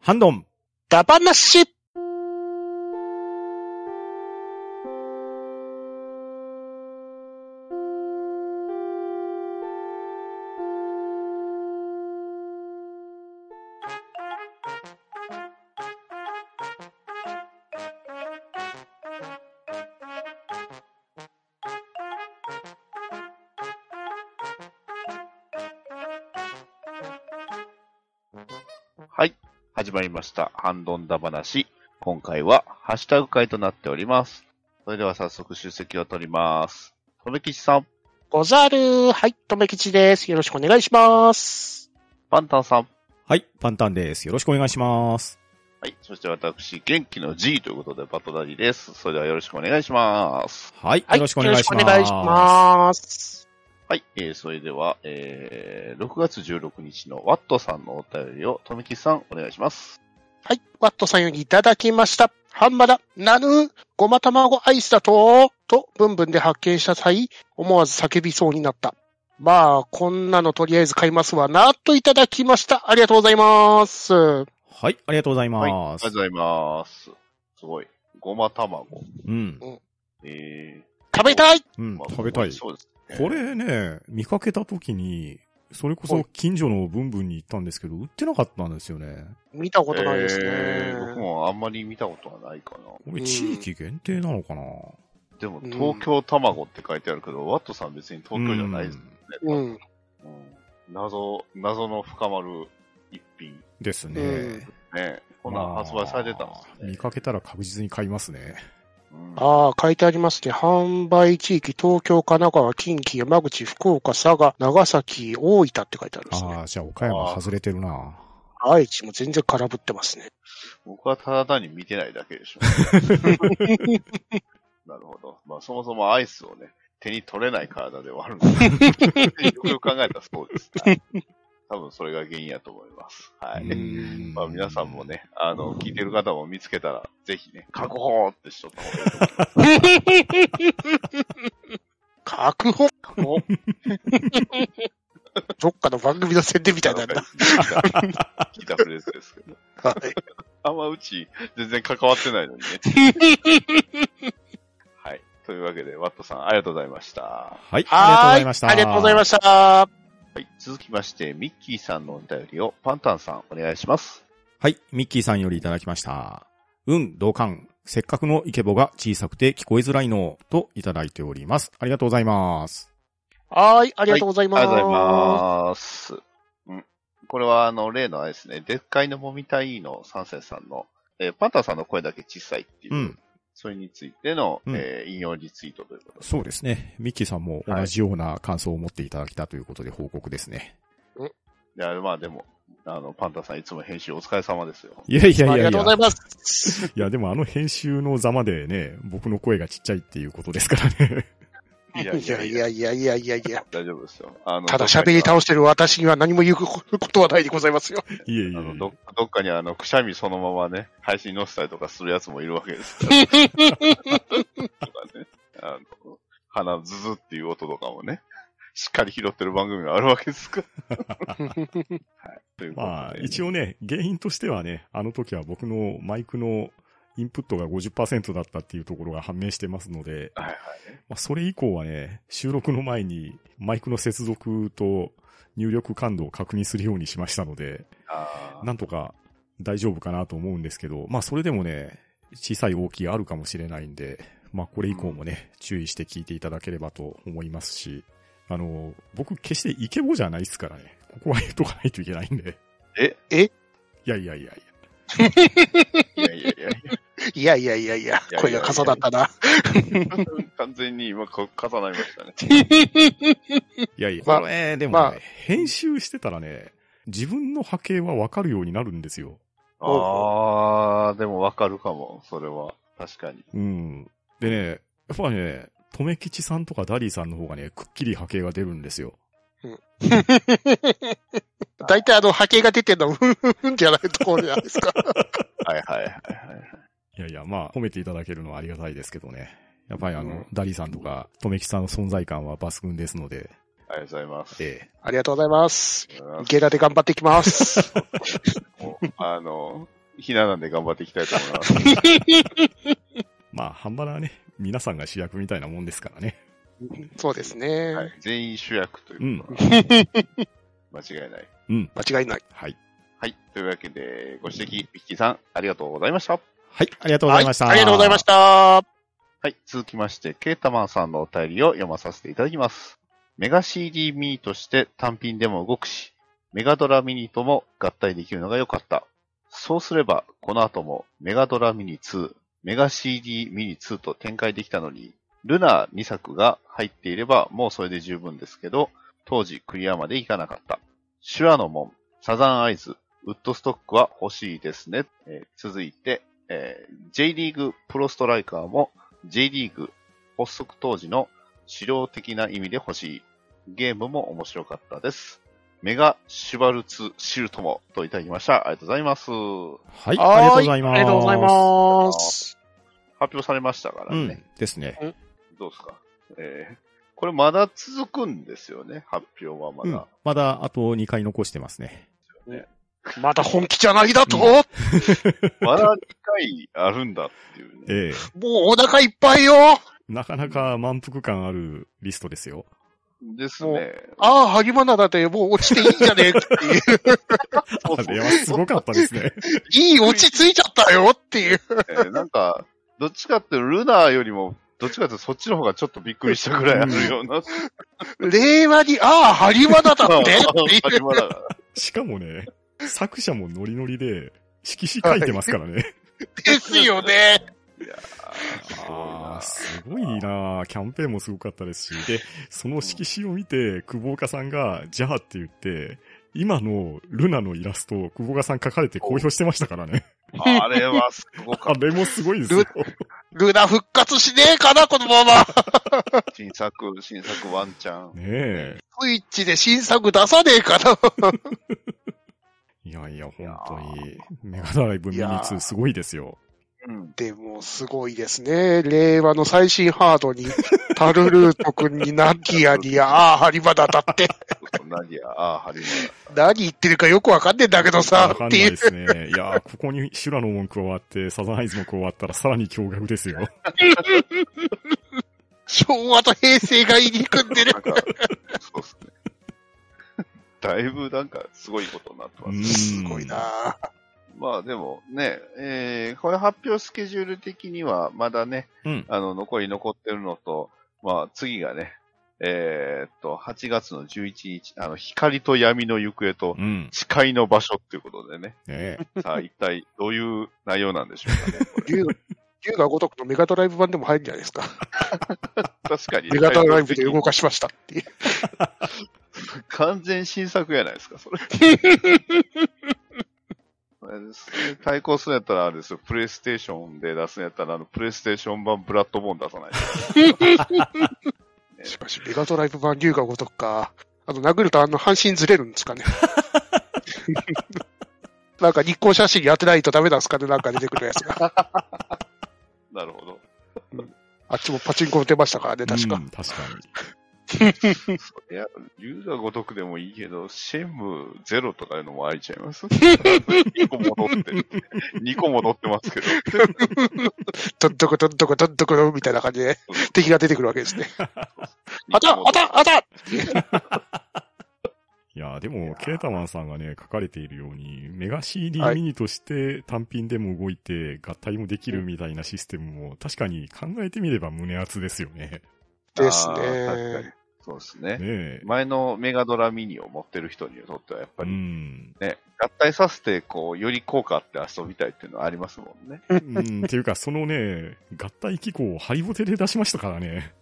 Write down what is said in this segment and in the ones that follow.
ハンドン。ダバなし始まりました。ハンドンダ話。今回はハッシュタグ会となっております。それでは早速出席を取ります。とめきちさん、ござる。はい、とめきちです。よろしくお願いします。パンタンさん、はい、パンタンです。よろしくお願いします。はい。そして私、元気の G ということでバトダディです。それではよろしくお願いします。はい、はよろしくお願いします。よろくお願いします。はい。えー、それでは、えー、6月16日のワットさんのお便りをとめきちさん、お願いします。はい、ワットさんよりいただきました。ハンマだ、なぬー、ごま卵アイスだとー、と文文で発見した際、思わず叫びそうになった。まあ、こんなのとりあえず買いますわな、といただきました。ありがとうございます。はい、ありがとうございはい。あまりがす。とうございます。すごい。ごま卵。うん、え食べたいうんー、まあ、食べたい。そうです。これね、見かけた時に、それこはそい近所のブンブンに行ったんですけど、売ってなかったんですよね。見たことないですね。えー僕もあんまり見たことはないかな。これうん地域限定なのかなでも、うん東京卵って書いてあるけど、ワットさん別に東京じゃないですね。うん。うん謎、謎の深まる一品。ですね。うんね。こんなまんあ発売されてたんですね。見かけたら確実に買いますね。うんああ、書いてありますね。販売地域、東京、神奈川、近畿、山口、福岡、佐賀、長崎、大分って書いてあるんですあね。あ、じゃあ岡山外れてるな。愛知も全然空振ってますね。僕はただ単に見てないだけで しょ。なるほど。まあ、そもそもアイスをね、手に取れない体ではあるんです けどよくよく考えたらそうです。はい多分それが原因やと思います。はうい。ん まあ皆さんもね、あの、聞いてる方も見つけたら、ぜひね、確保ってしとった方がいいと思います確保 おどっかの番組の宣伝みたいになるな。聞いたフレーズですけど。はいあんまうち、全然関わってないのにね。はい。というわけで、ワットさん、ありがとうございました。はい、 はありがとうごーざいました。ありがとうございました。はい。続きまして、ミッキーさんのお便りを、パンタンさん、お願いします。はい、ミッキーさんよりいただきました。うん、同感。せっかくのイケボが小さくて聞こえづらいのといただいております。ありがとうございます。はい、ありがとうございありまがす。とうございます。うん、これは、あの、例のあれですね、でっかいのもみたいの三世さんの、えーパンタンさんの声だけ小さいっていう、うんそれについての、うんえー引用リツイートということです。そうですね。ミッキーさんも同じような感想を持っていただきたということで報告ですね。いや、まあでも、あの、パンタンさん、いつも編集お疲れ様ですよ。いやいやいやありいや。がとうございます。いや、でもあの編集のざまでね、僕の声がちっちゃいっていうことですからね。 いやいいややいいや、やいやいやいやいや。大丈夫ですよ。あのただ喋り倒してる私には何も言うことはないでございますよ。いえいあえ。のどどっかにあのくしゃみそのままね、配信載せたりとかするやつもいるわけですから。とかね、あの鼻ズズっていう音とかもね、しっかり拾ってる番組があるわけですから。ということでまあ、一応ね、原因としてはね、あの時は僕のマイクのインプットが50%だったっていうところが判明してますので、はいはいまあ、それ以降はね、収録の前にマイクの接続と入力感度を確認するようにしましたので、あーなんとか大丈夫かなと思うんですけど、まあそれでもね、小さい大きいあるかもしれないんで、まあこれ以降もね、注意して聞いていただければと思いますし、あの、僕決してイケボじゃないですからね、ここは言っとかないといけないんで。ええいやいやいやいや。いやいやいやいいやいやいやいいやや、声が重なったな。や、完全に今、こ重なりましたね。いやいや、まあこれでもね、まあ編集してたらね、自分の波形はわかるようになるんですよ。ああ、でもわかるかも、それは。確かに。うん。でね、やっぱね、とめきちさんとかダリーさんの方がね、くっきり波形が出るんですよ。 大体あの波形が出てるの、ふんふんふんじゃないところじゃないで すか。はいはいはいはい。いやいや、まあ、褒めていただけるのはありがたいですけどね。やっぱりあの、うんダリーさんとか、とめきさんの存在感は抜群ですので、ありがとうございます。えありがとうございます。ありがとうございますゲラで頑張っていきます。もうあ の、ひななんで頑張っていきたいと思います。えまあ、半端なね、皆さんが主役みたいなもんですからね。 そうですね。はい、全員主役ということは、間違いない。うん。間違いない。はい。はい、というわけで、ご指摘、ミッキーさん、ありがとうございました。はい、ありがとうございました。。はいありがとうございましたた。はい、続きまして、ケータマンさんのお便りを読まさせていただきます。メガ CD ミニとして単品でも動くし、メガドラミニとも合体できるのが良かった。そうすれば、この後もメガドラミニ2、メガ CD ミニ2と展開できたのに、ルナー2作が入っていればもうそれで十分ですけど、当時クリアまでいかなかった。シュラの門、サザンアイズ、ウッドストックは欲しいですね。えー続いて、えー J リーグプロストライカーも J リーグ発足当時の資料的な意味で欲しい。ゲームも面白かったです。メガシュバルツシルトもといただきました。ありがとうございます。はい、ありがとうございます。ありがとうございます。発表されましたからうねん。、ですね。どうですか。えーこれまだ続くんですよね。発表はまうだ。ん。まだ、あと2回残してますね。まだ本気じゃないだと、うも まだ2回あるんだっていう、ね。ええうお腹いっぱいよ。なかなか満腹感あるリストですよ。ですね。ああ、萩花だってもう落ちていいんじゃねえっていう。そうあそうれはすごかったですね。 いい落ち着いちゃったよっていう。えー なんか、どっちかっていうとルナーよりも、どっちかっていうとそっちの方がちょっとびっくりしたぐらいあるような。令和に、ああ、萩花だ ってあっていう。 始まらないしかもね、作者もノリノリで、色紙書いてますからね。ですよね。あーすごいなキャンペーンもすごかったですし、で、その色紙を見て、久保岡さんが、じゃあって言って、今のルナのイラストを久保岡さん書かれて公表してましたからね。あれはすごかあっれもすごいですよ。ルナ復活しねえかな、このまま。た。新作、新作ワンチャン。ねえ。スイッチで新作出さねえかな。いやいや、本当に、メガドライブミニ2すごいですよ。うん。でも、すごいですね。令和の最新ハードに、タルルート君にナギア に、ああ、ハリバダだって、何や、ああ、ハリ何言ってるかよくわかんねえんだけどわさ、かんなっていいうで。すね。いやーここに修羅の門加わって、サザンアイズも加わったらさらに驚愕ですよ。昭和と平成が入り組んでマ。る。なんか、そうっすね。だいぶなんかすごいことになってますね。 すごいなまあでもね、えーこれ発表スケジュール的にはまだね、うん。あの、残り残ってるのと、まあ次がね、えーっと、8月の11日、あの、光と闇の行方と、うん。ね誓いの場所っていうことでね、え。さあ一体どういう内容なんでしょうかね。竜竜が如くのメガドライブ版でも入るんじゃないですか。確か に。メガドライブで動かしましたっていう。完全新作やないですか、それ。あれですね対抗するんやったらあれですよ、プレイステーションで出すんやったら、あの、プレイステーション版ブラッドボーン出さないと。しかし、メガドライブ版竜が如くか。あの、殴るとあの、半身ずれるんですかね。 なんか日光写真やってないとダメなんですかねなんか出てくるやつが。なるほど。あっちもパチンコ打てましたからね、確うか。ん確かに。いや、竜が如くでもいいけど、シェンムゼロとかいうのもありちゃいます ?2 個戻ってる。2個戻ってますけど。どんどこどんどこどんどこどんみたいな感じで敵が出てくるわけですね。あたあたあたいやー、でも、ケータマンさんがね、書かれているように、メガ CD はいミニとして単品でも動いて、合体もできるみたいなシステムも、確かに考えてみれば胸熱ですよね。ですあー確かにね。そうですねね。え。前のメガドラミニを持ってる人にとっては、やっぱうりん。ね、合体させて、こう、より効果あって遊びたいっていうのはありますもんね。うん、っていうか、そのね、合体機構をハリボテで出しましたからね。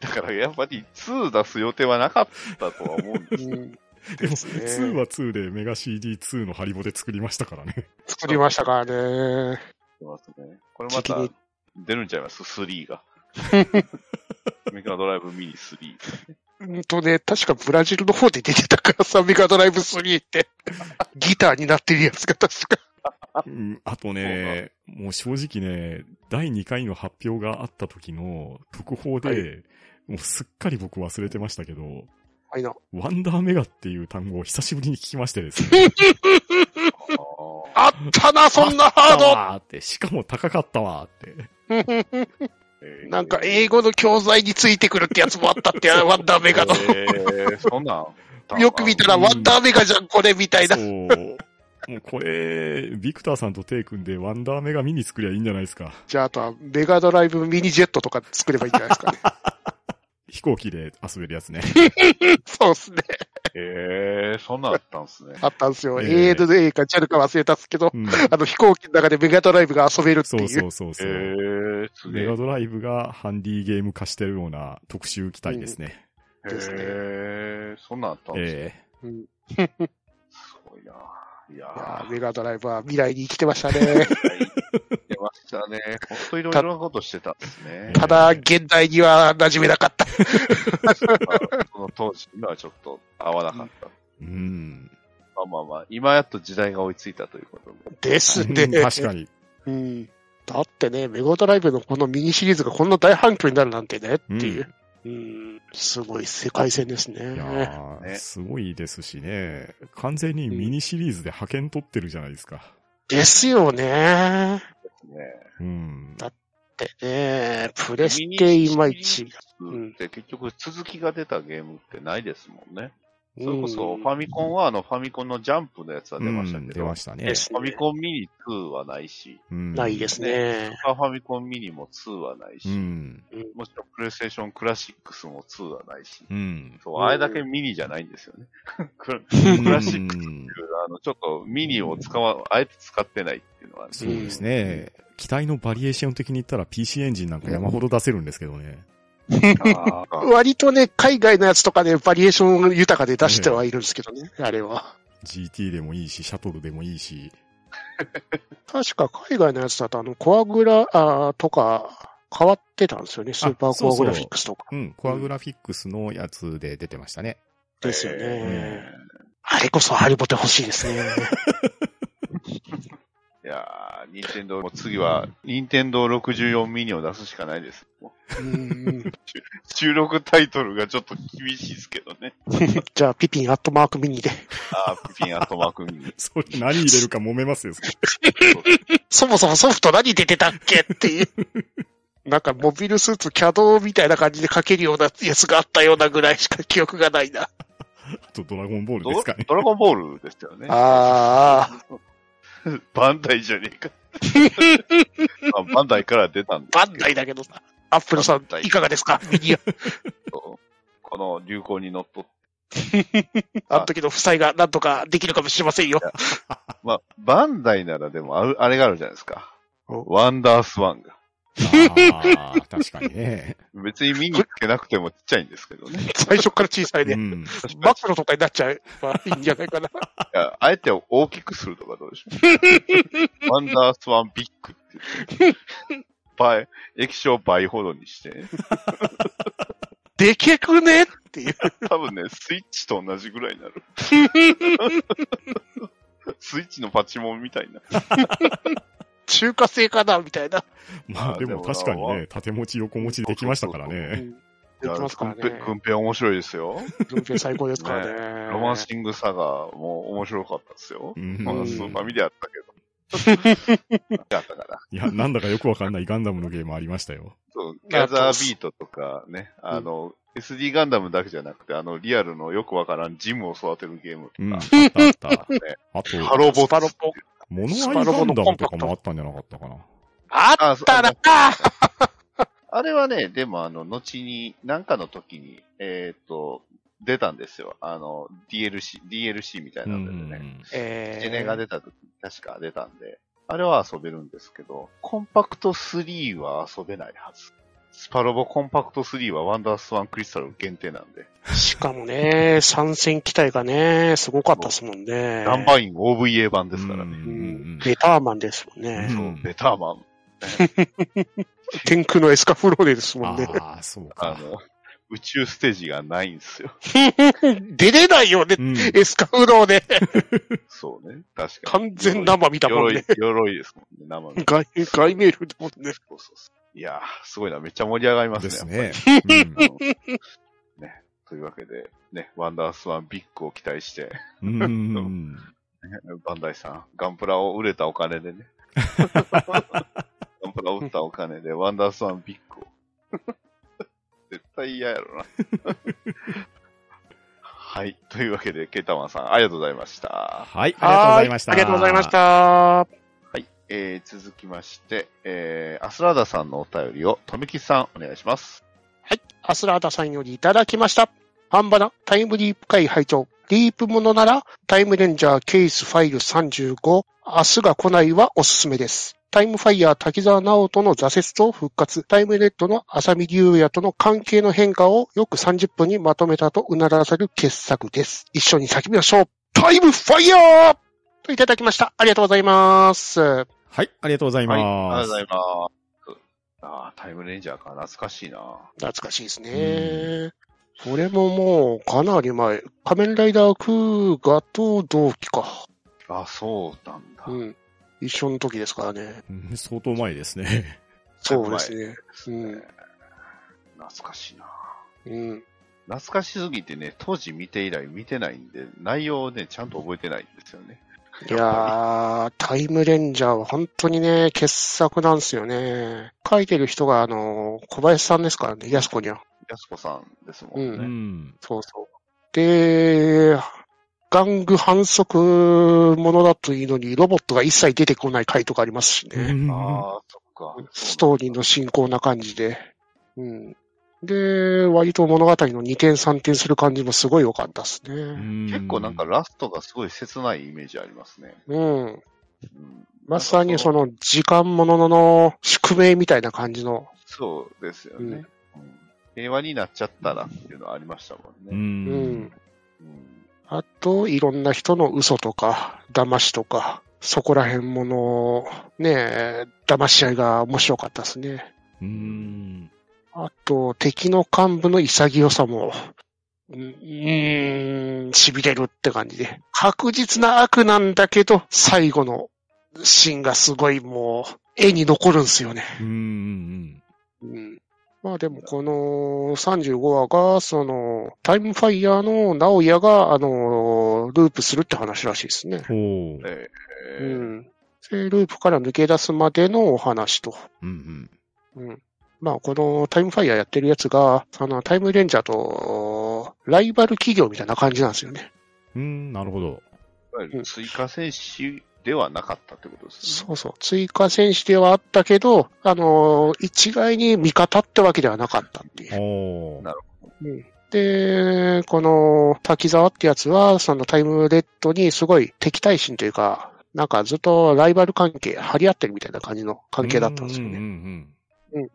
だからやっぱり2出す予定はなかったとは思うんですうんでも、ですね2は2でメガ CD2 のハリボテ作りましたからね。作りましたからね。けどね。これまた次に出るんちゃいます ?3 が。メガドライブミニ3。うんとね、確かブラジルの方で出てたからさ、メガドライブ3って。 ギターになってるやつが確か。うん、あとね、もう正直ね、第2回の発表があった時の特報で、もうすっかり僕忘れてましたけど、はいな。ワンダーメガっていう単語を久しぶりに聞きましてです ね。ああったな、そんなあハわーって、しかも高かったわーって。 ードえーなんか英語の教材についてくるってやつもあったって、ワンダーメガの。えー、そんなん。よく見たらワンダーメガじゃん、これ、みたいなそ。う。もうこれ、ビクターさんとテイ君でワンダーメガミニ作りゃいいんじゃないですか。じゃあ、あとは、メガドライブミニジェットとか作ればいいんじゃないです かね。飛行機で遊べるやつね。そうですね。えー、そんなんあったんですね。あったんですよ。ええ ANA か JAL か忘れたんですけど、 うん、あの、飛行機の中でメガドライブが遊べるってそういうそ。うそうそえう。ー、すげメえガ。ドライブがハンディゲーム化してるような特集機体ですね。ですねえー、そんなんあったんですね。えうんすごいな。いいややーメガドライブは未来に生きてましたね。ー、出ましたね。ほんといろいろなことしてたんですね。ただ、現代には馴染めなかった。まあその当時にはちょっと合わなかった。えうん。まあまあまあ、今やっと時代が追いついたということで。ですね。うん確かに。うん。だってね、メガドライブのこのミニシリーズがこんな大反響になるなんてねっていう。うん、すごい世界線ですいね。やー、ねすごいですしね。完全にミニシリーズで派遣取ってるじゃないですか。ですよね。ね。うん。でね、プレステいまいち。。で、結局続きが出たゲームってないですもんね。うんそれこそ、ファミコンはあの、ファミコンのジャンプのやつは出ましたうんけ出ど、まフしたでね。すァミコンミニ2はないし、うんないですね。スーパーファミコンミニも2はないし、うん。もちろんプレイステーションクラシックスも2はないし、うん。そう、あれだけミニじゃないんですよね。 クラうんクラシックあの、ちょっとミニを使わ、あえて使ってないっていうのはね、そうですね。機体のバリエーション的に言ったら PC エンジンなんか山ほど出せるんですけどね。 あー割とね、海外のやつとかね、バリエーション豊かで出してはいるんですけどね、あれは。 GT でもいいし、シャトルでもいいし。確か海外のやつだと、あの、コアグラあーとか変わってたんですよね、スーパーコアグラフィックスとか。うん。コアグラフィックスのやつで出てましたね。ですよね。えあれこそハリボテ欲しいです ね。いやー、任天堂も次は、任天堂64ミニを出すしかないです。もううん収録タイトルがちょっと厳しいですけどね。じゃあ、ピピンアットマークミニで。あー、ピピンアットマーク ミニ。それ何入れるか揉めますよ、それそもそもソフト何出てたっけっていう。 なんかモビルスーツキャドみたいな感じで書けるようなやつがあったようなぐらいしか記憶がないな。あとドラゴンボールですドかね。ドラゴンボールですよね。ああ、バンダイじゃねえか。あバンダイから出たんですバンダイだけどさ。アップルさん、いかがです かミニア。けど、この流行に乗っとって。あの時の負債がなんとかできるかもしれませんよ。まあ、バンダイならでもある、あれがあるじゃないですか。おワンダースワンが。ああ、確かにね。別に見に行けなくてもちっちゃいんですけどね。 最初から小さいうね。ん。マクロとかになっちゃえばいいんじゃないかな。いやあえて大きくするとかどうでしょうワンダースワンビッグって言って。倍、液晶倍ほどにして。 でけくねっていう。多分ね、スイッチと同じぐらいになる。スイッチのパチモンみたいな。中華製かなみたいな。まあでも確かにね、縦持ち横持ちできましたからうね。んできますからいや軍兵ね。軍兵面白いですよ。文平最高ですからね。 ロマンシングサガーも面白かったですよう。んまあ、スーパーミリあったけど。やったから。いや、なんだかよくわかんないガンダムのゲームありましたよ。そう、ギャザービートとかね、あの、SD ガンダムだけじゃなくて、あの、リアルのよくわからんジムを育てるゲームうん。あとっか、たあった。あハと、ロボスパロッボ。モノアイガンダムとかもあったんじゃなかったかな。あったなあれはね、でもあの、後に、なんかの時に、えっ、と、出たんですよ。あの、DLC、DLC みたいうなのでね。ん。えジェネが出た時に確か出たんで、あれは遊べるんですけど、コンパクト3は遊べないはず。スパロボコンパクト3はワンダースワンクリスタル限定なんで、しかもね、参戦機体がね、すごかったですもんね。ナンバイン OVA 版ですからうね。んうん、ベターマンですもんね。そううんベターマン。天空のエスカフローレですもんね。ああ、そうあか。の、宇宙ステージがないんですよ。出れないよねう、ん。エスカフローレ。そうね。確かに。完全生見たもんね。鎧。鎧ですもんね、生身。ガイガイメールだもんね。そうそうそいやー、すごいな。めっちゃ盛り上がりますでね。すやっね。ぱり。うんね。というわけで、ね、ワンダースワンビッグを期待して、 うん。うん。バンダイさん、ガンプラを売れたお金でね。ガンプラを売ったお金で、ワンダースワンビッグを。 絶対嫌やろな。 はい。というわけで、ケータマンさん、ありがとうございました。はい、ありがとうございました。はありがとうございまし。た。はい。えー、続きまして、えー、アスラーダさんのお便りを、とめきさん、お願いします。アスラーダさんよりいただきました。ハンバナ、タイムリープ会拝聴リープものなら、タイムレンジャーケースファイル35、明日が来ないはおすすめです。タイムファイヤー滝沢直人の挫折と復活、タイムレッドの浅見竜也との関係の変化をよく30分にまとめたとうならせる傑作です。一緒に叫びましょう。タイムファイヤーといただきました。ありがとうございます。はい、ありがとうございます。はい、ありがとうございます。あータイムレンジャーか、懐かしいな。懐かしいですね。これももうかなり前。仮面ライダークーガと同期か。あ、そうなんだ。うん。一緒の時ですからね。うん相当前ですね。そうですね。ですね懐かしいな。うん。懐かしすぎてね、当時見て以来見てないんで、内容をね、ちゃんと覚えてないんですよね。いやー、タイムレンジャーは本当にね、傑作なんですよね。書いてる人が、あの、小林さんですからね、安子には。やすこさんですもんうね。ん。そうそう。で、玩具反則ものだといいのに、ロボットが一切出てこない回とかありますしね。うんああ、そっか。ストーリーの進行な感じで。うん。で、割と物語の二点三点する感じもすごい良かったですね。結構なんか、ラストがすごい切ないイメージありますね。うん。うんまさにその。の時間ものの宿命みたいな感じの。そうですよね、うん平和になっちゃったらっていうのはありましたもんう。ね。うんん。うんあと、いろんな人の嘘とか、騙しとか、そこら辺もの、ねえ、騙し合いが面白かったですね。うん。あと、敵の幹部の潔さも、うーん、痺れるって感じで。確実な悪なんだけど、最後のシーンがすごいもう、絵に残るんすよね。うんうん。うん。まあでも、この35話が、その、タイムファイヤーの直哉が、あの、ループするって話らしいですね。ほう。えうーん。で、ループから抜け出すまでのお話と。うんうん。まあ、このタイムファイヤーやってるやつが、そのタイムレンジャーと、ライバル企業みたいな感じなんですよね。うん。うん、なるほど。いわゆる追加戦士ではなかったってことですね。そうそう。追加戦士ではあったけど、あのー一概に味方ってわけではなかったっていう。おーなで、この滝沢ってやつは、そのタイムレッドにすごい敵対心というか、なんかずっとライバル関係、張り合ってるみたいな感じの関係だったんですよね。うんうん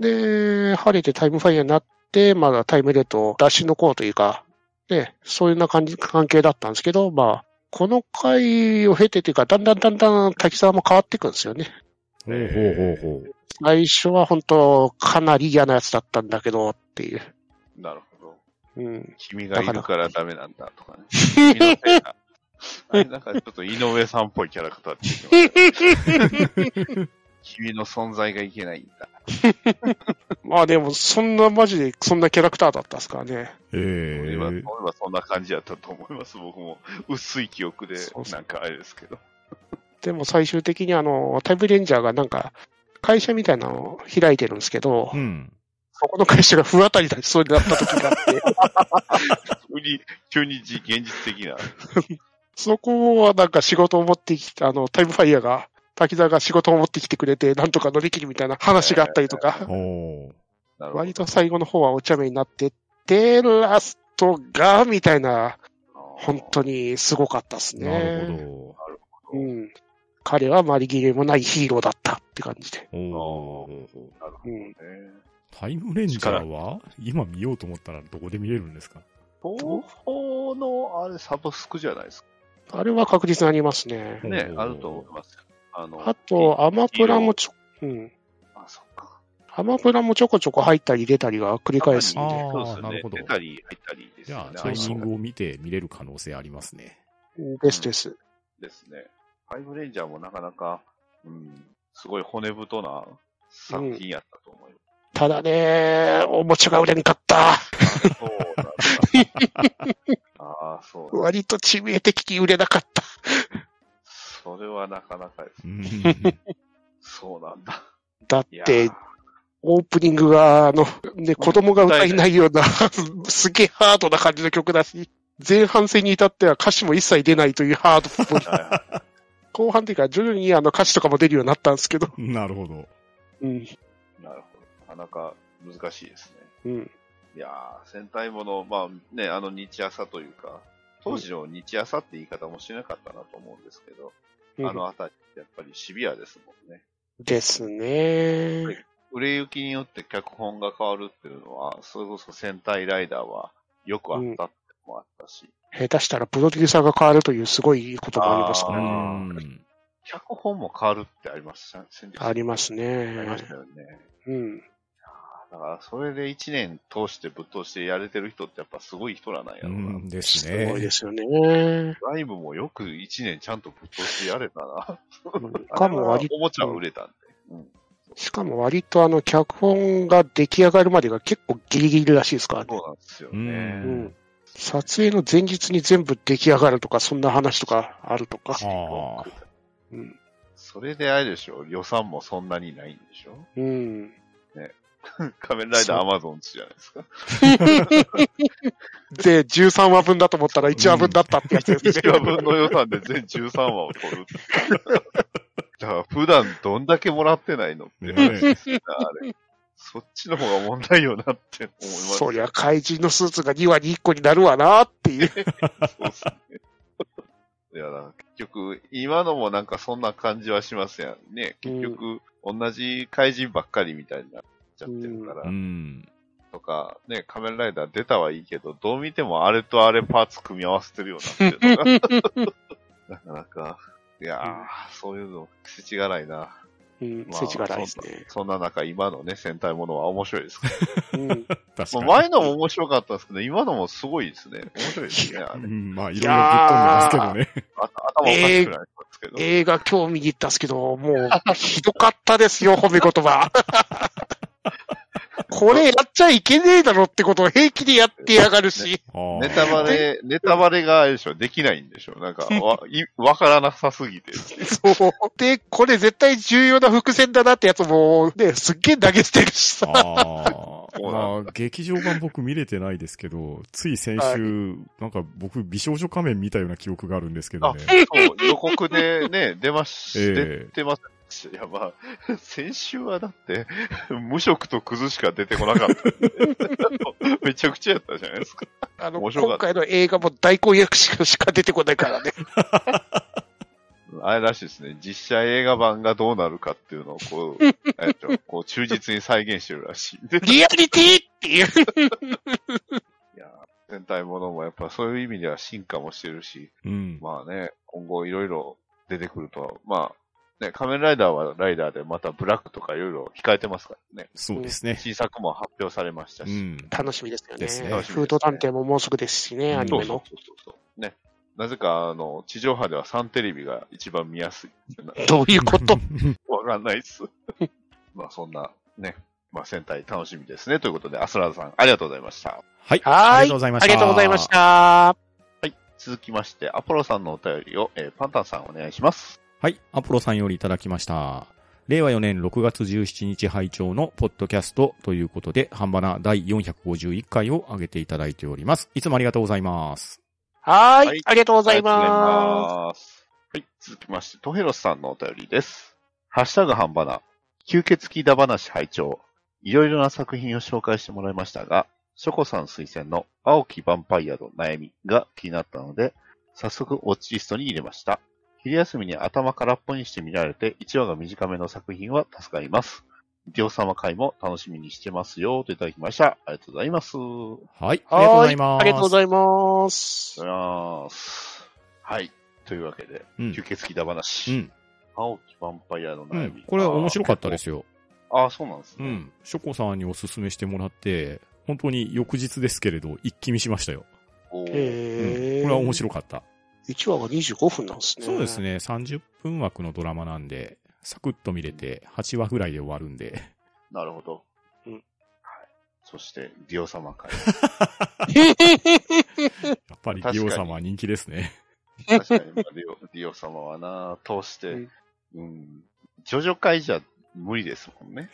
で、晴れてタイムファイヤーになって、まだタイムレートを出し抜こうというか、ね、そういうような感じ、関係だったんですけど、まあ、この回を経てというか、だんだんだんだん滝沢も変わっていくんですよね。うん。ほうほうほうほう。最初は本当かなり嫌なやつだったんだけど、っていう。なるほど。 うん。君がいるからダメなんだとかね。君のせいだあれなんかちょっと井上さんっぽいキャラクターって言ってますね君の存在がいけないんだ。まあでも、そんなマジで、そんなキャラクターだったですからね。ええ俺は俺はそんな感じだったと思います。僕も薄い記憶でそう、そうなんかあれですけど。でも最終的にあの、タイムレンジャーがなんか、会社みたいなのを開いてるんですけど、うん。そこの会社が不当たりだしそうになった時があって、急に、急にじ現実的な。そこはなんか仕事を持ってきて、あの、タイムファイヤーが、滝沢が仕事を持ってきてくれて、なんとか乗り切るみたいな話があったりとか、おーなるほ割と最後の方はお茶目になってって、ラストが、みたいな、ど。本当にすごかったですね。なるほどうん。彼はまりぎれもないヒーローだったって感じで。ど。おーうん。ね。タイムレンジャーは今見ようと思ったらどこで見れるんですか東宝の、あれ、サブスクじゃないですあれは確実にありますねか。。ねう。んあると思いますよ。あの、あと、アマプラもちょ、うん。あ、そっか。アマプラもちょこちょこ入ったり出たりが繰り返すんで。あーそうですよねなるほど出たり入ったりですじよゃね。あ、タイミングを見て見れる可能性ありますね。ですです。ですね。ファイブレンジャーもなかなか、うん、すごい骨太な作品やったとと思います。ただね、おもちゃが売れんかった。そうなんだ。 ああ、そうなんだ。割と致命的に売れなかった。それはなかなかです。うんそうなんだ。だっいやーて、オープニングが、あの、ね、子供が歌えないような、 すげえハードな感じの曲だし、前半戦に至っては歌詞も一切出ないというハードっぽい。 はいはい後半っていうか、徐々にあの歌詞とかも出るようになったんですけど。 なるほど。うん。なるほど。なかなか難しいですね。うん。いやー、戦隊もの、まあね、あの日朝というか、当時の日朝って言い方もしなかったなと思うんですけど、あのあたりってやっぱりシビアですもんね。ですね。はい売れ行きによって脚本が変わるっていうのは、それこそ戦隊ライダーはよくあったってのもあったし、下手したらプロデューサーが変わるというすごいこともありますからあね。ーうん脚本も変わるってありました、先日ありますありまねし。たよね。うん。だから、それで一年通してぶっ通してやれてる人ってやっぱすごい人らなんやうろうな。んですすね。ごいで すよね。ライブもよく一年ちゃんとぶっ通してやれたな。うん かも割おもちゃは売れたんで。うん。しかも割とあの、脚本が出来上がるまでが結構ギリギリらしいですからそねう。なんですようね。うんん。撮影の前日に全部出来上がるとか、そんな話とかあるとか。はあうん。それであれでしょ予算もそんなにないんでしょ うん。仮面ライダーアマゾンちじゃないですか。 で、13話分だと思ったら1話分だったってやつですね。 1話分の予算で全13話を取る って。だから普段どんだけもらってないのって話ですよねあれ。そっちの方が問題よなって思います。そりゃ怪人のスーツが2話に1個になるわなっていう。そうっすね。 いや、だから結局、今のもなんかそんな感じはしますやん。ね、結局、同じ怪人ばっかりみたいになっちゃってるから、うん。とか、ね、仮面ライダー出たはいいけど、どう見てもあれとあれパーツ組み合わせてるようなっていうの が、なかなか、いやー、そういうの、世知がないな。うん、まあ世知がないですね。そんな中、今のね、戦隊ものは面白いですけど。うん。確かまあに。前のも面白かったんですけど、今のもすごいですね。面白いですね。あうれんまあ、いろいろぶっ飛んでますけどね。頭おかしくないですけど。映画今日見に行ったんですけど、もう、ひどかったですよ、褒め言葉。 これやっちゃいけねえだろってことを平気でやってやがるし。ああネタバ。レ、ネタバレがあれでしょ、できないんでしょ。なんか、わ、いわからなさすぎて。そう。で、これ絶対重要な伏線だなってやつも、ね、すっげえ投げ捨てるしさ。ああ。そうまなあ、劇場版僕見れてないですけど、つい先週、なんか僕、美少女仮面見たような記憶があるんですけどあ、ね。そう、予告でね、出まし、ええ出てます。いや、まあ、 先週はだって、 無色とクズしか出てこなかったんで。めちゃくちゃやった じゃないですか。あの、面白か今った回の映画も大公約しかしか出てこないからね。あれらしいですね。実写映画版がどうなるかっていうのを、こう、 えっと、こう、忠実に再現してるらしい。 でリアリティっていう。いや、戦隊ものもやっぱそういう意味では進化もしてるし、うん。まあね、今後いろいろ出てくるとは、まあ、ね、仮面ライダーはライダーで、またブラックとかいろいろ控えてますからね。そうですね。新作も発表されましたうし。ん。楽しみですよね。ですね楽しみですねフード探偵ももうすぐですしね、うんアニそうメそうの。そうそうそう。ね。なぜか、あの、地上波ではサンテレビが一番見やすい。などういうことわかんないっす。まあそんな、ね。まあ戦隊楽しみですね。ということで、アスラーズさん、ありがとうございました。 はい。はーいありがとうございました。ありがとうございまし。た。はい。続きまして、アポロさんのお便りを、えーパンタンさんお願いします。はい、アポロさんよりいただきました。令和4年6月17日拝聴のポッドキャストということで、ハンバナ第451回を上げていただいております。いつもありがとうございます。ははーいい。ありがとうごございます。す。はい、続きまして、トヘロスさんのお便りです。ハッシュタグ半ばな、吸血鬼だ話拝聴いろいろな作品を紹介してもらいましたが、ショコさん推薦の青きヴァンパイアの悩みが気になったので、早速ウォッチリストに入れました。昼休みに頭空っぽにして見られて、1話が短めの作品は助かります。ディオ様会も楽しみにしてますよ、といただきました。ありがとうございます。はい、ありがとうごはざーいます。ありがとうごいざいます。あす。はい。というわけで、うん吸血鬼だ話。うん。青きヴァンパイアのう悩み。。ん。これは面白かったですすよ。ああ、そうなんですうね。ん。ショコさんにお勧めしてもらって、本当に翌日ですけれど、一気見しましたよ。おーうん。こへえ。れは面白かった。 1話が25分なんですね。そうです。ね、30分枠のドラマなんで、サクッと見れて、8話ぐらいで終わるんで、 なるほど。うんはい。そして、ディオ様会。やっぱりディオ様は人気ですね。確かに、まあ、ディオ、ディオ様はな、通して、うん。ジョジョ会じゃ無理ですもんね。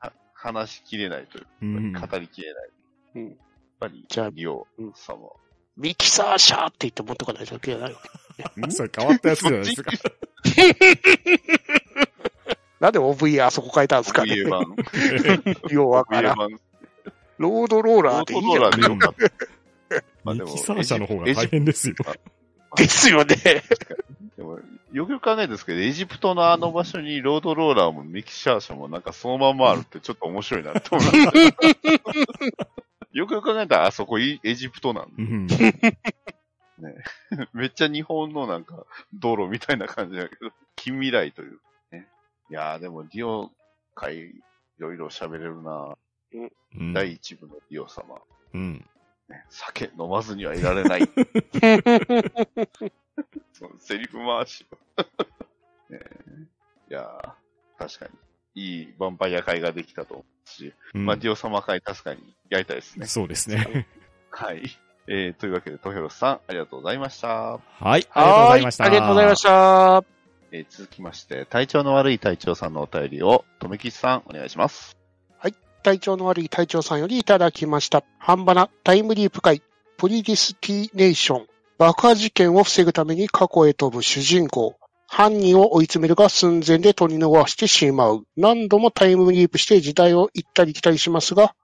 は 話しきれないというか、うん語りきれない。うんやっぱり、じゃあディオ様。ミキサーシャーって言って持ってかないといけない。それ変わった やつじゃないです か。なんで OVA あそこ変えたんですかね言えば、要はか言えらば、ロードローラーロっーていいトじローゃんラーでよ かった。まあミでもキサー社の方が大変ですよ。ですよね。でも、よくよく考えたんですけど、エジプトのあの場所にロードローラーもミキシャー車もなんかそのまんまあるってちょっと面白いなって思いました。 よくよく考えたら、あそこいエジプトなんうで、ん。めっちゃ日本のなんか道路みたいな感じだけど、近未来というかね。いやーでもディオ界いろいろ喋れるな、うん第一部のディオ様。うん。ね酒飲まずにはいられない。そのセリフ回し を。ねえいやー確かに、いいヴァンパイア会ができたと思うし、うんマディオ様会確かにやりたいですね。そうですね。 はい。えー、というわけで、トヘロスさん、ありがとうございました。はい。 ありがとうごはざーいいました。ありがとうございました。えー続きまして、体調の悪い隊長さんのお便りを、とめきちさん、お願いします。体調の悪い隊長さんよりいただきました。半ばなタイムリープ会、プリディスティネーション。爆破事件を防ぐために過去へ飛ぶ主人公。犯人を追い詰めるが寸前で取り逃してしまう。何度もタイムリープして時代を行ったり来たりしますが、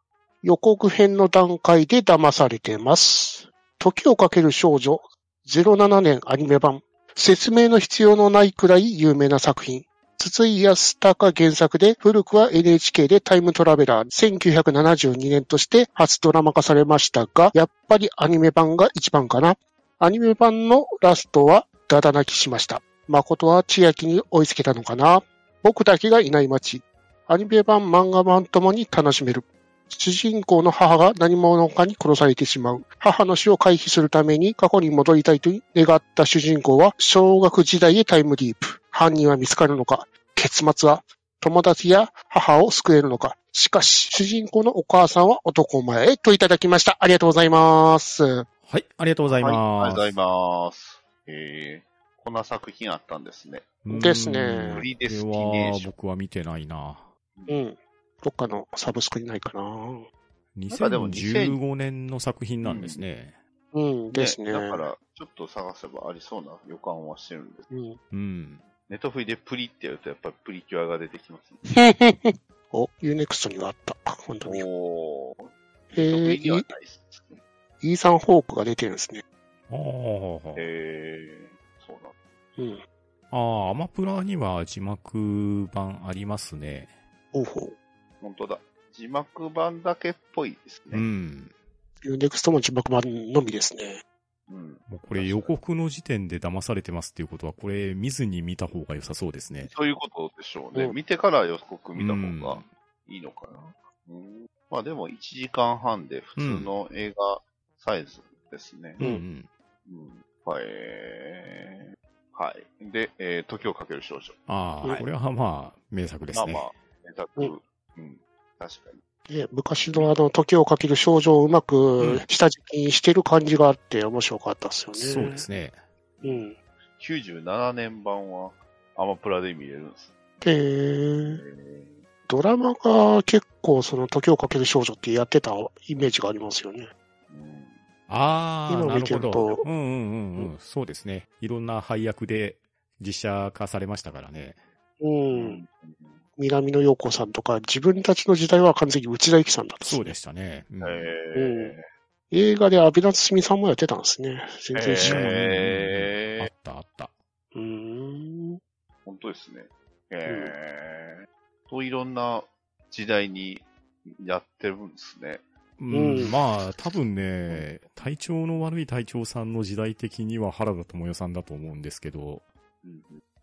予告編の段階で騙されてます。時をかける少女、07年アニメ版。説明の必要のないくらい有名な作品。筒井康隆原作で、古くは NHK でタイムトラベラー1972年として初ドラマ化されましたが、やっぱりアニメ版が一番かな。アニメ版のラストはダダ泣きしました。誠は千秋に追いつけたのかな。僕だけがいない街。アニメ版、漫画版ともに楽しめる。主人公の母が何者かに殺されてしまう。母の死を回避するために過去に戻りたいと願った主人公は小学時代へタイムリープ。犯人は見つかるのか結末は友達や母を救えるのか。しかし、主人公のお母さんは男前へといただきました。ありがとうございます。はい。ありがとうございはい、ます。ありがとうございます。えー、こんな作品あったんですね。うんですねフリーデスティネーションこれは僕は見てないな。うん。どっかのサブスクにないかな。かでも2015年の作品なんですね。うんですね。だから、ちょっと探せばありそうな予感はしてるんです。うん、うん。ネットフリでプリってやると、やっぱりプリキュアが出てきます、ね。お、ユーネクストにはあった。本当に。おー。えー得意にはないですね。イーサン・ホークが出てるんですね。ああ。えー、そうなんうん。ああ、アマプラには字幕版ありますね。ほうほう。本当だ。字幕版だけっぽいですうね。ん。ユーネクストも字幕版のみですね。うん。もうこれ予告の時点で騙されてますっていうことは、これ見ずに見た方が良さそうですね。そういうことでしょうね。うん見てから予告見たうん方がいいのかな。うん。まあでも1時間半で普通の映画サイズですね。ううんんうん。うん。はい。えーはい。で、えー時をかける少女。ああ、はいこれはまあ、名作ですね。まあまあ、ネタうく、うん。確かに。で昔のあの、時をかける少女をうまうんく下敷きにしてる感じがあって面白かったですよね。そうですね。うん。 97年版はアマプラで見れるんです。で、えードラマが結構その時をかける少女ってやってたイメージがありますよね。うんああ、今な見るてほるとど。うんうんうんう。うんそうですね。いろんな配役で実写化されましたからね。うん。南野陽子さんとか、自分たちの時代は完全に内田有紀さんだったんそうねでしたね。うんえ映画で安倍夏美さんもやってたんですね。全ー然知らない。えあっーたあった。うーん。本当ですね。えー、といろんな時代にやってるんですね。うん、うんまあ、多分ね、体調の悪い隊長さんの時代的には原田智代さんだと思うんですけど、うん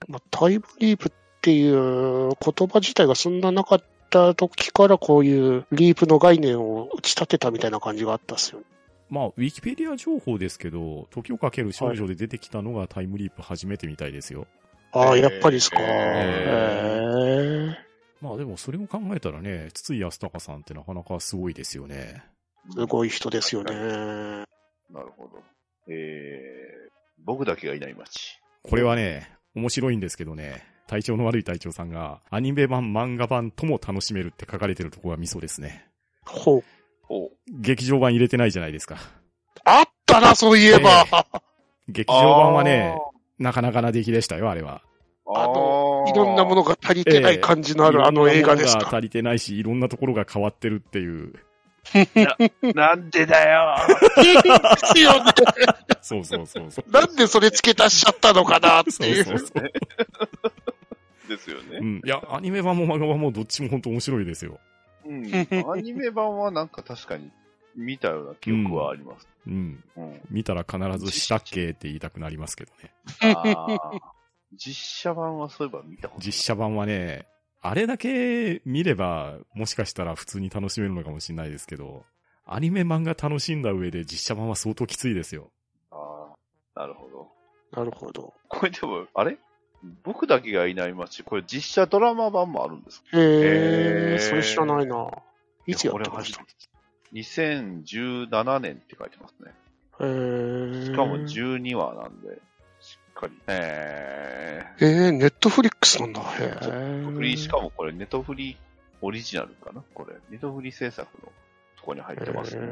まあ、タイムリープっていう言葉自体がそんななかった時からこういうリープの概念を打ち立てたみたいな感じがあったっすよね。まあ、ウィキペディア情報ですけど、時をかける少女で出てきたのがタイムリープ初めてみたいですよ。ああ、やっぱりですか。へーへえまあでもそれを考えたらね、筒井康隆さんってなかなかすごいですよね。すごい人ですよね。なるほど。えー、僕だけがいない街。これはね、面白いんですけどね、体調の悪い隊長さんが、アニメ版、漫画版とも楽しめるって書かれてるとこがミソですね。ほう。お劇場版入れてないじゃないですか。あったな、そういえば。劇場版はね、、なかなかな出来でしたよ、あれは。あと、いろんなもの。のが足りてない感じのあるあの映画でしいろんなものた。が足りてないし、いろんなところが変わってるっていう。なんでだよですよねそうそうそうそう。なんでそれ付け足しちゃったのかなってそいうう。そうそう。ですよねう。ん。いや、アニメ版も漫画版もどっちも本当面白いですよ。うん。アニメ版はなんか確かに見たような記憶はあります。うん。 うん。見たら必ずしたっけって言いたくなりますけどね。あー実写版はそういえば見たこと実写版はね、あれだけ見れば、もしかしたら普通に楽しめるのかもしれないですけど、アニメ漫画楽しんだ上で実写版は相当きついですよ。ああ、なるほど。 なるほど。これでも、あれ僕だけがいない街、これ実写ドラマ版もあるんですかへへーえ、それ知らないな。いつやっこれてました初めて2017年って書いてますね。へーしかも12話なんで、しっかり。ええー、ネットフリックスなんだ。へー、ーフリー、しかもこれネトフリオリジナルかなこれ。ネトフリ制作のとこに入ってますね。へ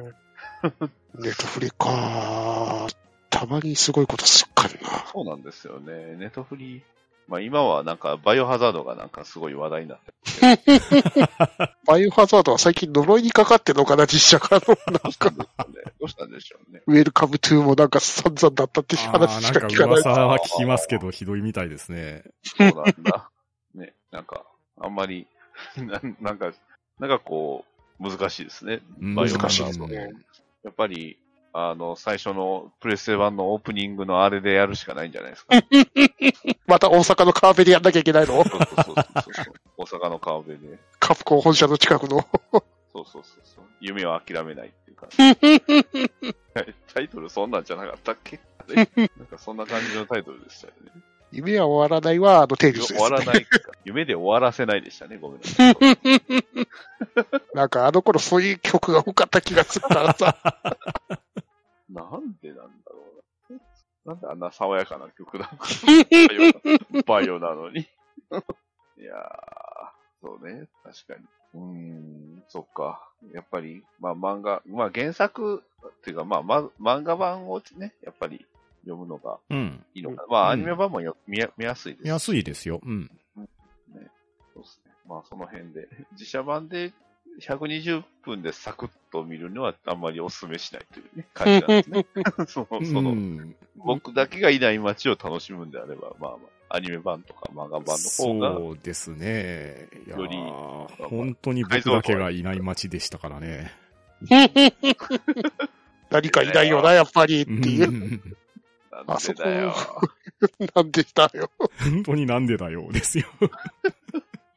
ー ネットフリか。たまにすごいことすっかりな。そうなんですよね。ネトフリまあ今はなんかバイオハザードがなんかすごい話題になってバイオハザードは最近呪いにかかってんのかな、実写化の。どうしたんですか ね。どうしたんでしょうね。ウェルカムトゥーもなんか散々だったってあ話ーなしんかか聞かない。噂は聞きますけど、ひどいみたいですね。そうなんだ。ね、なんか、あんまり、 なんなんか、なんかこう、難しいですね。うんバイオハザード難しいですね。やっぱり、あの、最初のプレステ版のオープニングのあれでやるしかないんじゃないですか。また大阪の川辺でやんなきゃいけないそのうそうそうそうそう。大阪の川辺で。カプコン本社の近くの。 そうそうそうそう。夢を諦めないっていうか、へタイトルそんなんじゃなかったっ けあれなんかそんな感じのタイトルでしたよね。夢は終わらないは、あの、テイルズ終でわす。らないか。夢で終わらせないでしたね。ごめんなさい。なんかあの頃そういう曲が多かった気がするか らさ。なんでなんだろうな。なんであんな爽やかな 曲なのか。バイオなのに。いやー、そうね、確かに。うーん、そっか。やっぱり、まあ漫画、まあ原作っていうか、まあ、ま、漫画版をね、やっぱり読むのがうん。いいのかな。まあうんアニメ版もよ見や見やすいです。見やすいですよ。うん。そうですね。まあその辺で。自社版で120分でサクッと見るのはあんまりお勧めしないという、ね、感じなんです ね。その、その、うん僕だけがいない街を楽しむんであれば、まあまあ、アニメ版とか漫画版の方が、そうですね。いやよりー本当に僕だけがいない街でしたからね。何かいないよな、やっぱりってうんいう。なんでだよあ。なんでしたよ。本当になんでだよ、ですよ。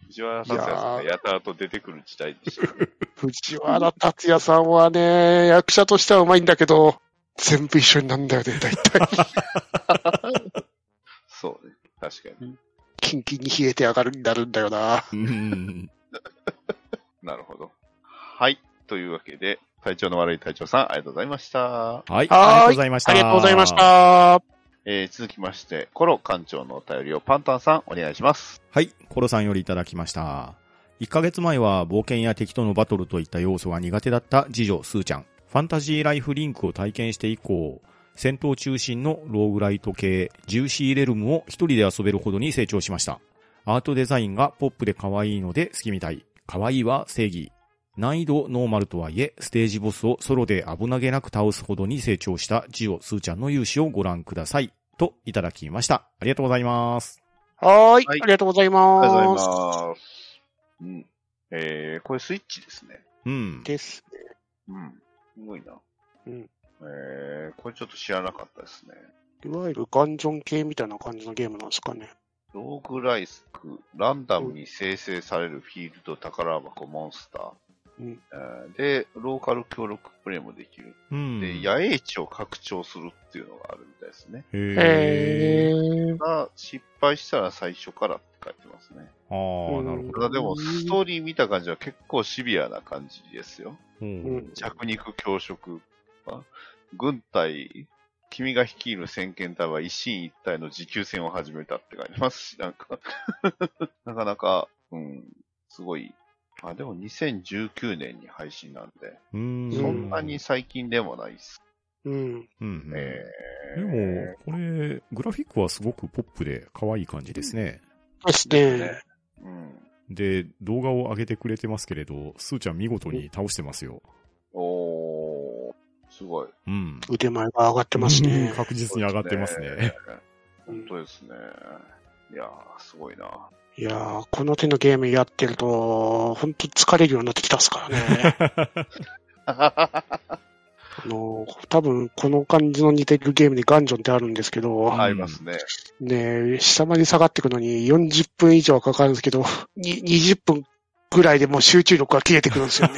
藤原竜也さんがやたらと出てくる時代でしたね。藤原達也さんはね、役者としては上手いんだけど、全部一緒になんだよね、大体。 そうね。確かに。キンキンに冷えて上がるになるんだよな。うんなるほど。はい。というわけで、体調の悪い隊長さん、ありがとうございました。はい。ーいありがとうございました。ありがとうございまし。た。えー、続きまして、コロ館長のお便りをパンタンさん、お願いします。はい、コロさんよりいただきました。1ヶ月前は冒険や敵とのバトルといった要素が苦手だった次女、スーちゃん。ファンタジーライフリンクを体験して以降、戦闘中心のローグライト系、ジューシーレルムを一人で遊べるほどに成長しました。アートデザインがポップで可愛いので好きみたい。可愛いは正義。難易度ノーマルとはいえ、ステージボスをソロで危なげなく倒すほどに成長したジオ、スーちゃんの勇姿をご覧ください。と、いただきました。ありがとうございます。はーいはいありがとうございありがとうまごす。ざいます。うん。えー、これスイッチですね。うん。です。うん。すごいな。うん。えー、これちょっと知らなかったですね。いわゆるガンジョン系みたいな感じのゲームなんですかね。ローグライスク、ランダムに生成されるフィールド、宝箱、モンスター。うんうんで、ローカル協力プレイもできる。うん。で、野営地を拡張するっていうのがあるみたいですね。へへえ。ー。が失敗したら最初からって書いてますね。ああ、なるほたど。だでも、ストーリー見た感じは結構シビアな感じですよ。うん。着肉強食。あ軍隊、君が率いる先遣隊は一進一退の持久戦を始めたって書いてますし、なんか、 なかなか、うん、すごい。あ、でも2019年に配信なんで、うん。そんなに最近でもないですうん。うん。ね。でも、これ、グラフィックはすごくポップで可愛い感じですね。ですねね。うん。で、動画を上げてくれてますけれど、スーちゃん見事に倒してますよ。おー、すごい。うん。腕前が上がってますうんね。確実に上がってますね。。本当ですね。いやー、すごいな。いやー、この手のゲームやってると、本当疲れるようになってきたっすからね。 あのー、多分この感じの似てるゲームでガンジョンってあるんですけど、ありますね。ねえ、下まで下がっていくのに40分以上はかかるんで すけど、に20分ぐらいでもう集中力が切れてくるんで すよね。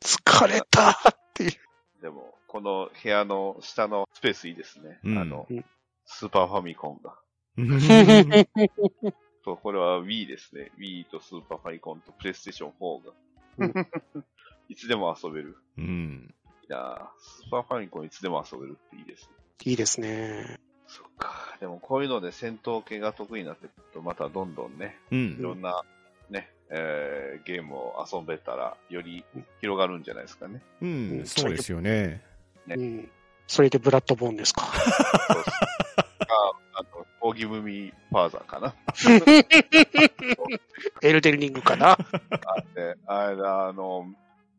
疲れたっていう。でも、この部屋の下のスペースいいですね。うんあのうん、スーパーファミコンが。そう、これは Wii ですね。Wii とスーパーファミコンとプレイステーション4が。いつでも遊べる。うん。いやースーパーファミコンいつでも遊べるっていいですね。いいですね。そっか。でもこういうので戦闘系が得意になってくると、またどんどんね、ういん。ろんな、ね、えーゲームを遊べたら、より広がるんじゃないですかね。うん。そうですよね。うん。それでブラッドボーンですか。 そうっすああの、大義文ミファーザーかな。エルデンリングかな。で、あれだ、あの、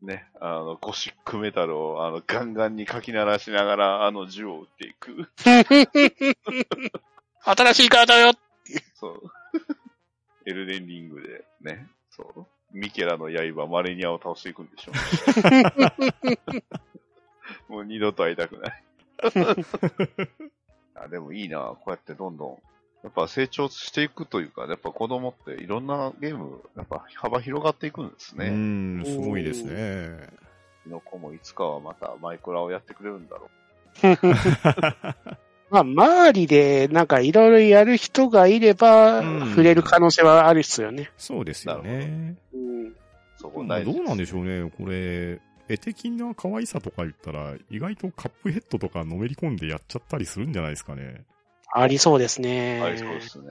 ね、あの、ゴシックメタルを、あの、ガンガンにかき鳴らしながら、あの、銃を撃っていく。 新しいカード よ。そう。エルデンリングで、ね、そう。ミケラの刃、マレニアを倒していくんでしょう。もう二度と会いたくない。あでもいいな、こうやってどんどん。やっぱ成長していくというか、やっぱ子供っていろんなゲーム、やっぱ幅広がっていくんですうね。ん。すごいですね。うちの子もいつかはまたマイクラをやってくれるんだろう。まあ、周りで、なんかいろいろやる人がいれば、うん触れる可能性はあるっすよね。そうですよね。うん。そどこう大事なんでしょうね、これ。絵的な可愛さとか言ったら、意外とカップヘッドとかのめり込んでやっちゃったりするんじゃないですかね。ありそうですね。ありそうですね。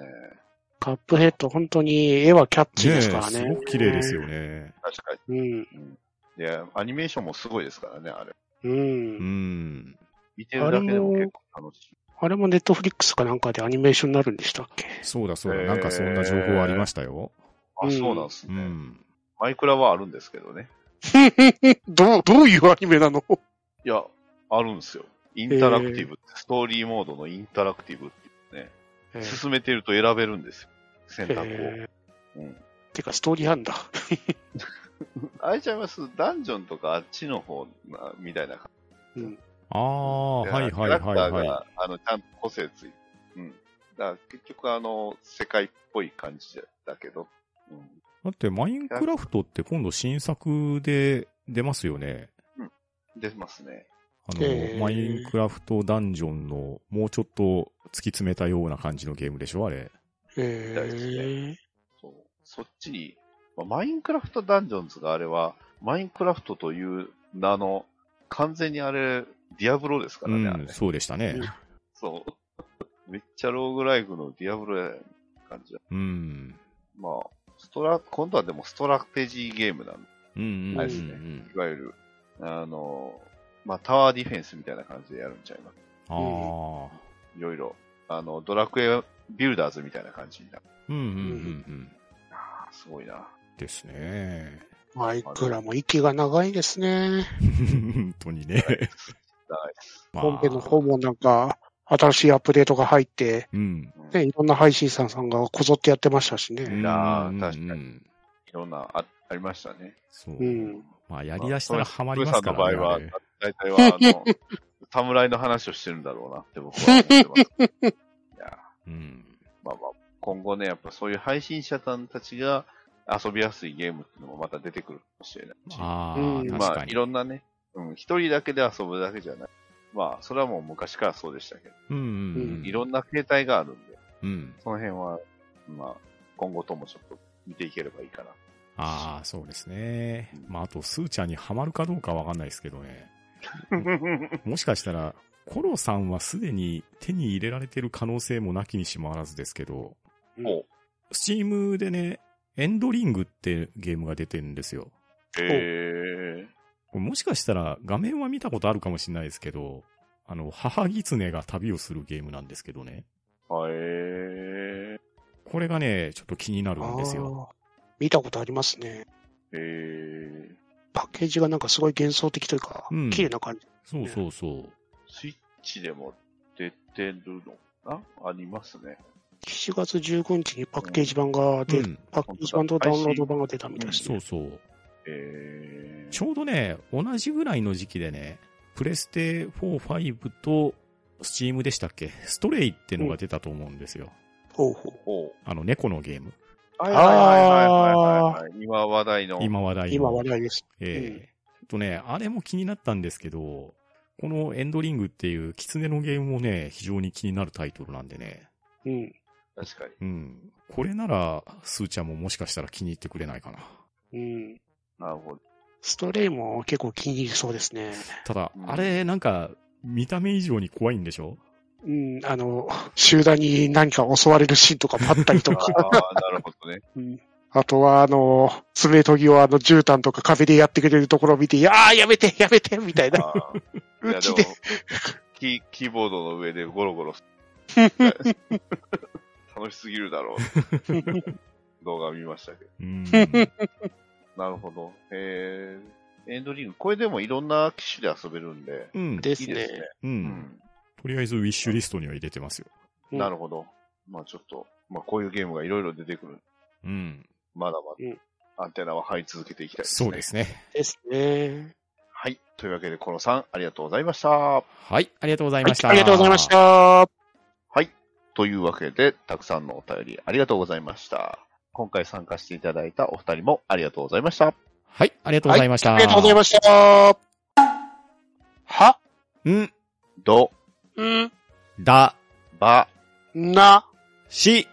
カップヘッド、本当に絵はキャッチーねえ、ですすからね。ごく綺麗ですよね。確かうん。に。いや、アニメーションもすごいですからね、あれ。うん。うん。見てるだけでも結構楽しい。あれもネットフリックスかなんかでアニメーションになるんでしたっ けそうだそうへだ、えなんかそんな情報ありましたよ。あ、うんそうなんですうね、ん。マイクラはあるんですけどね。どう、どういうアニメなのいや、あるんですよ。インタラクティブって、ストーリーモードのインタラクティブっていうね、え進めてると選べるんですよ。選択を。うん。てか、ストーリーなんだ。あれちゃいますダンジョンとかあっちの方なみたいな感うん。ああ、じ。はいはいはいキャラクターはが、あの、ちゃんと個性ついて。うん。だから結局あの、世界っぽい感じだけど。うん。い。だって、マインクラフトって今度新作で出ますよね。出ますね。あの、へえマインクラフトダンジョンのもうちょっと突き詰めたような感じのゲームでしょ、あれ。大事えでそう。そっちに、まあマインクラフトダンジョンズがあれは、マインクラフトという名の、完全にあれ、ディアブロですかうらね、あれんね、そうでしたね。そう。めっちゃローグライフのディアブロやん感じだ。うん。まあ、ストラ、今度はでもストラテジーゲームなんで、うんうんうん、あうれですねん。いわゆる、あの、まあ、タワーディフェンスみたいな感じでやるんちゃいます。ああ。いろいろ。あの、ドラクエビルダーズみたいな感じになる。うんうんうんうん。あーすごいな。ですね。マイクラも息が長いですね。本当にね。はいまあ本編の方もなんか、新しいアップデートが入って、うん。うんね、いろんな配信者さんがこぞってやってましたしうんね。やーうん確かうにんいろんな、あ、ありましたね。そうう。ん。まあ、やり出したらハマりますかまあらね。あトれヨさんの場合は、大体は、あの、侍の話をしてるんだろうなって僕は思ってます。いや、うん。まあまあ、今後ね、やっぱそういう配信者さんたちが、遊びやすいゲームっていうのもまた出てくるかもしれないし。あうあ、ん確まあ、かいに。ろんなね、うん、一人だけで遊ぶだけじゃない。まあ、それはもう昔からそうでしたけど、うんうんう。うんいろんな形態があるんで、うん。その辺は、まあ、今後ともちょっと見ていければいいかな。 ああ、そうですね。まあ、あと、スーちゃんにはまるかどうかわかんないですけどね。もしかしたら、コロさんはすでに手に入れられてる可能性もなきにしもあらずですけど、もう、スチームでね、エンドリングってゲームが出てるんですよ。えこれもしかしたら画面は見たことあるかもしれないですけど、あの、母狐が旅をするゲームなんですけどね。ー、はえこれがね、ちょっと気になるんですよ。あー見たことありますね。ー、えー、パッケージがなんかすごい幻想的というか、うん綺麗な感じ。そうそうそう。スイッチでも出てるのかなありますね。 7月15日にパッケージ版が出る、うんパッケージ版とダウンロード版が出たみたいですそね。うそう。えー、ちょうどね、同じぐらいの時期でね、プレステ4、5と、スチームでしたっけストレイってのが出たと思うんですよ。ほうほう。ほう。あの、猫のゲーム。はいーはいはいはいはいはい。今話題の。今話題の。今話題です。うんええとね、あれも気になったんですけど、このエンドリングっていう狐のゲームもね、非常に気になるタイトルなんでね。うん。確かに。うん。これなら、スーちゃんももしかしたら気に入ってくれないかな。うん。なるほど。ストレイも結構気に入りそうですね。ただう、んあれ、なんか、見た目以上に怖いんでしょうん。あの、集団に何か襲われるシーンとかもあった りとか。ああ、なるほどね。うんあとは、あの、爪研ぎをあの、絨毯とか壁でやってくれるところを見て、いやーやめて、やめて、みたいな。ああいや、うでちもで、キー、キーボードの上でゴロゴロ。楽しすぎるだろう。動画見ましたけど。 うん。なるほど。えー、エンドリング。これでもいろんな機種で遊べるんで。うん。でいすいですねね。。う。うんん。とりあえず、ウィッシュリストには入れてますよ。うんなるほど。まあちょっと、まあこういうゲームがいろいろ出てくる。うん。まだうまんだ、アンテナは張り続けていきたいですね。そうですね。ですね。はい。というわけで、このさん、ありがとうございました。はい、ありがとうございはまいし、た。ありがとうございまし。た。はい。というわけで、たくさんのお便りありがとうございました。今回参加していただいたお二人もありがとうございました。はい、ありがとうございました。ありがとうございました。は、ん、ど、ん、だ、ば、な、し、